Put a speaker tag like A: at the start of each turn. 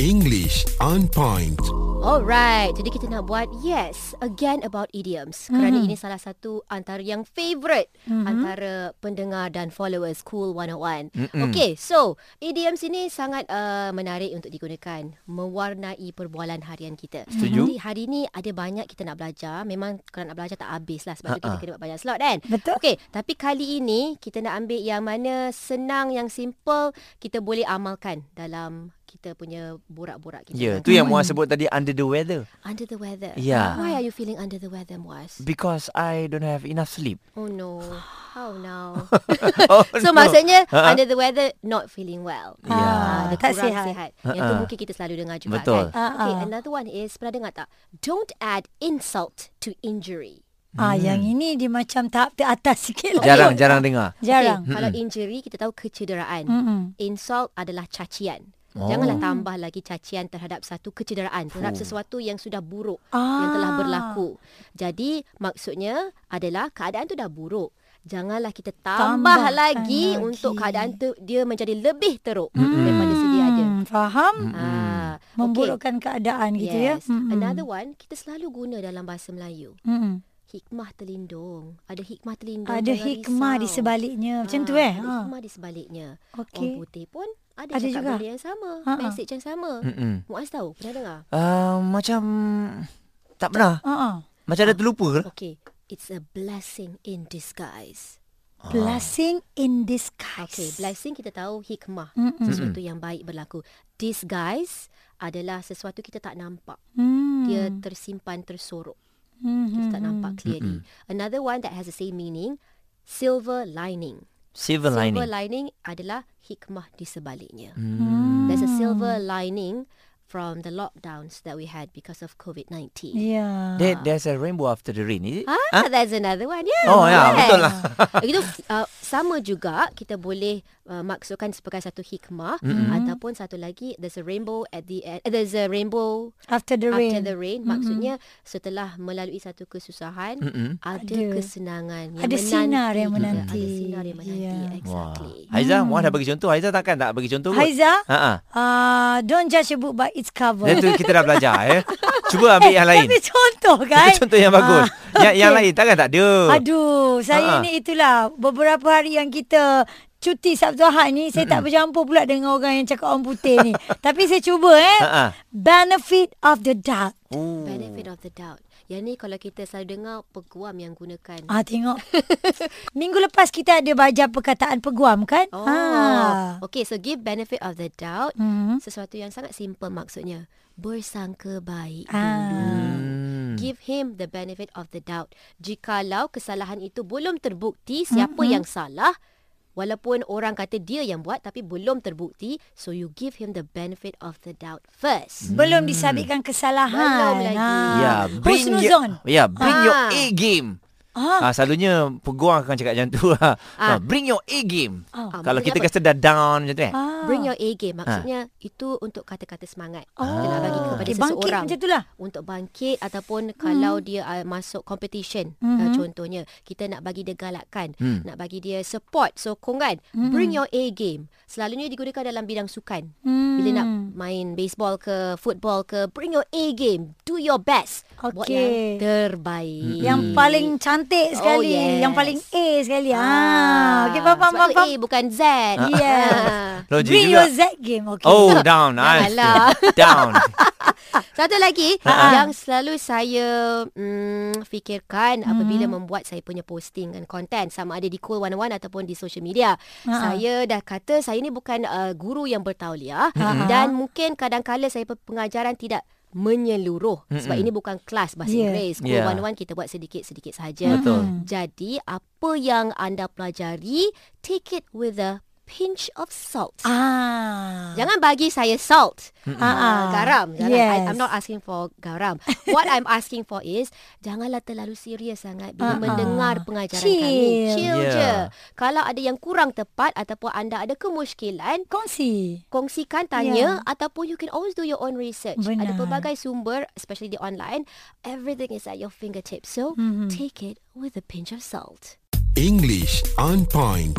A: English on point.
B: Alright, jadi kita nak buat yes again about idioms. Kerana mm-hmm. ini salah satu antara yang favourite mm-hmm. antara pendengar dan followers Cool 101. Mm-hmm. Okay, so idioms ini sangat uh, menarik untuk digunakan mewarnai perbualan harian kita.
C: Setuju.
B: Jadi hari ini ada banyak kita nak belajar. Memang kalau nak belajar tak habis lah sebab tu kita
C: Ha-ha.
B: kena buat banyak slot kan.
D: Betul.
B: Okay, tapi kali ini kita nak ambil yang mana senang, yang simple kita boleh amalkan dalam kita punya borak-borak kita.
C: Ya, yeah, tu yang Muaz sebut tadi under the weather
B: Under the weather.
C: Yeah.
B: Why are you feeling under the weather, Muaz?
C: because I don't have enough sleep.
B: Oh no. How now?
C: Oh,
B: so maksudnya uh-huh. under the weather not feeling well.
C: Ya.
B: Ah, dia
D: tak
B: kurang
D: sihat.
B: sihat. Yang tu
C: Ha-ha.
B: mungkin kita selalu dengar juga
C: Betul.
B: kan. Okay,
D: Ha-ha.
B: another one is pernah dengar tak? Don't add insult to injury.
D: Ah, yang ini dia macam tahap teratas sikit lah.
C: Hmm. jarang jarang dengar.
D: Jarang.
B: Okay,
D: Mm. Hmm,
B: Eh, kalau injury kita tahu kecederaan.
D: Mm-mm.
B: Insult adalah cacian.
C: Oh.
B: eh, Janganlah tambah lagi cacian terhadap satu kecederaan, terhadap sesuatu yang sudah buruk
D: Ah.
B: yang telah berlaku. Jadi maksudnya adalah keadaan tu dah buruk. Janganlah kita tambah,
D: Tambahkan
B: lagi,
D: lagi.
B: untuk keadaan tu dia menjadi lebih teruk
C: hmm.
B: mm. daripada sedia ada.
D: Hmm, faham?
B: Ah, okay.
D: Memburukkan keadaan gitu ya.
B: yes.
D: Mm-mm.
B: Another one kita selalu guna dalam bahasa Melayu.
D: Mm-mm.
B: Hikmah terlindung. Ada hikmah terlindung.
D: Hmm, Ada
B: jangan
D: hikmah
B: risau.
D: di sebaliknya. Macam
B: Ah,
D: tu
B: Ada
D: eh. Ha.
B: hikmah Oh, di sebaliknya. Orang
D: Okey.
B: putih pun ada,
D: Ada
B: ada cakap
D: juga.
B: juga. benda yang sama.
D: Ha,
B: Ha,
D: ha.
B: Message yang sama.
C: Oh. Mm-mm.
B: Muaz tahu? Pernah dengar?
C: Uh, macam tak pernah.
D: Ha. ah.
C: Macam ada terlupa ke?
D: Hmm.
B: Okay. It's a blessing in disguise.
D: Blessing in disguise.
B: Okay, blessing kita tahu hikmah.
D: Mm-mm.
B: Sesuatu yang baik berlaku. Disguise adalah sesuatu kita tak nampak.
D: Hmm.
B: Dia tersimpan, tersorok. Kita
D: Hmm.
B: tak nampak clearly. Another one that has the same meaning, silver lining.
C: Silver
B: Silver
C: lining.
B: lining adalah hikmah di sebaliknya. There's a silver lining from the lockdowns that we had because of COVID-19.
D: Ya.
C: There, there's a rainbow after the rain, is it?
B: Ah, there's another one. Yeah.
C: Oh, ya, betul lah.
B: Itu uh, sama juga kita boleh uh, maksudkan sebagai satu hikmah mm-hmm. ataupun satu lagi there's a rainbow at the end. Uh, there's a rainbow
D: After the rain.
B: after the rain. Mm-hmm. Maksudnya setelah melalui satu kesusahan
C: Mm-mm.
B: ada,
D: Ada.
B: kesenangan yang
D: Ada
B: menanti
D: sinar yang
B: kita.
D: menanti. Ya.
B: Ada sinar yang menanti.
D: Yeah.
C: Wah.
B: Exactly.
C: Haiza, Muaz dah bagi contoh. Haiza takkan tak bagi contoh kot?
D: Haiza,
C: Ha ah.
D: uh, don't judge a book by its cover.
C: Dan tu kita dah belajar eh. Cuba ambil yang lain.
D: Tapi contoh kan.
C: Itu contoh yang bagus.
D: Ah,
C: yang yang
D: okey.
C: lain takkan tak ada.
D: Aduh, saya
C: Ha-ha.
D: ni itulah beberapa hari yang kita cuti Sabtu Ahad ni saya tak bercampur pula dengan orang yang cakap orang putih ni. Tapi saya cuba eh.
C: Ha-ha.
D: Benefit of the doubt.
C: Oh.
B: Benefit of the doubt. Yang ni kalau kita selalu dengar peguam yang gunakan.
D: Ah tengok. Minggu lepas kita ada baca perkataan peguam kan?
B: Oh.
D: Ha.
B: Okay, so give benefit of the doubt.
D: Hmm.
B: Sesuatu yang sangat simple maksudnya. Bersangka baik
D: Ah.
B: dulu.
C: Hmm.
B: Give him the benefit of the doubt. Jikalau kesalahan itu belum terbukti siapa
D: Hmm.
B: yang salah, walaupun orang kata dia yang buat tapi belum terbukti, so you give him the benefit of the doubt first.
D: Belum disabitkan kesalahan. Ha.
B: Belum lagi.
C: Hmm.
D: Ah.
C: Ya, bring your,
D: Husnuzon.
C: ya, bring your
B: Ah.
C: A game.
D: Oh, Ah.
C: Ah, selalunya peguang akan cakap macam tu lah.
B: Ah.
C: Ah. bring your A game.
D: Ah.
B: Ah,
C: Kalau
B: maksudnya
C: kita
B: apa?
C: kata dah down macam tu eh.
D: Ah.
B: Bring your A game maksudnya itu untuk kata-kata semangat. Oh.
C: Ah.
B: Kita nak bagi kepada
D: Okey,
B: seseorang.
D: Bangkit macam tu lah.
B: untuk bangkit ataupun
D: Hmm.
B: kalau dia uh, masuk competition mm-hmm. uh, contohnya kita nak bagi dia galakan mm. nak bagi dia support sokongan
D: Hmm.
B: mm-hmm. bring your A game selalunya digunakan dalam bidang sukan
D: Hmm.
B: mm. bila nak main baseball ke football ke bring your A game do your best buat yang
D: Okey.
B: terbaik
D: Yang
C: Hmm.
D: paling cantik
B: Oh,
D: sekali.
B: yes.
D: Yang paling A sekali. Ah. Okey, faham, faham,
B: sebab
D: faham.
B: tu A bukan Z
D: Yeah.
B: Ah.
C: Logik
D: Bring
C: juga.
D: your Z game. Okay.
C: Oh, down. Ah,
B: Janganlah.
C: down.
B: Satu lagi yang selalu saya mm, fikirkan apabila membuat saya punya posting dan konten sama ada di Cool 101 ataupun di social media. Saya dah kata saya ni bukan uh, guru yang bertauliah dan mungkin kadang-kala saya pe- pengajaran tidak menyeluruh sebab ini bukan kelas bahasa
D: Yeah.
B: Inggeris. Cool
C: Yeah. Mm.
B: 101 kita buat sedikit-sedikit
D: Ya.
B: saja.
C: Betul.
B: Jadi apa yang anda pelajari take it with a pinch of salt.
D: Ah.
B: Jangan bagi saya salt.
D: Ah,
B: Ah, garam. Jangan. I,
D: yes.
B: I'm not asking for garam. What I'm asking for is janganlah terlalu serius sangat bila
D: Ah,
B: mendengar pengajaran
D: Chill.
B: kami. Chill
C: Yeah.
B: je. Kalau ada yang kurang tepat ataupun anda ada kemusykilan,
D: Kongsi.
B: kongsikan tanya ataupun you can always do your own research. Ada
D: Benar.
B: pelbagai sumber especially di online. Everything is at your
D: Mm-hmm.
B: fingertips. So take it with a pinch of salt.
A: English on point.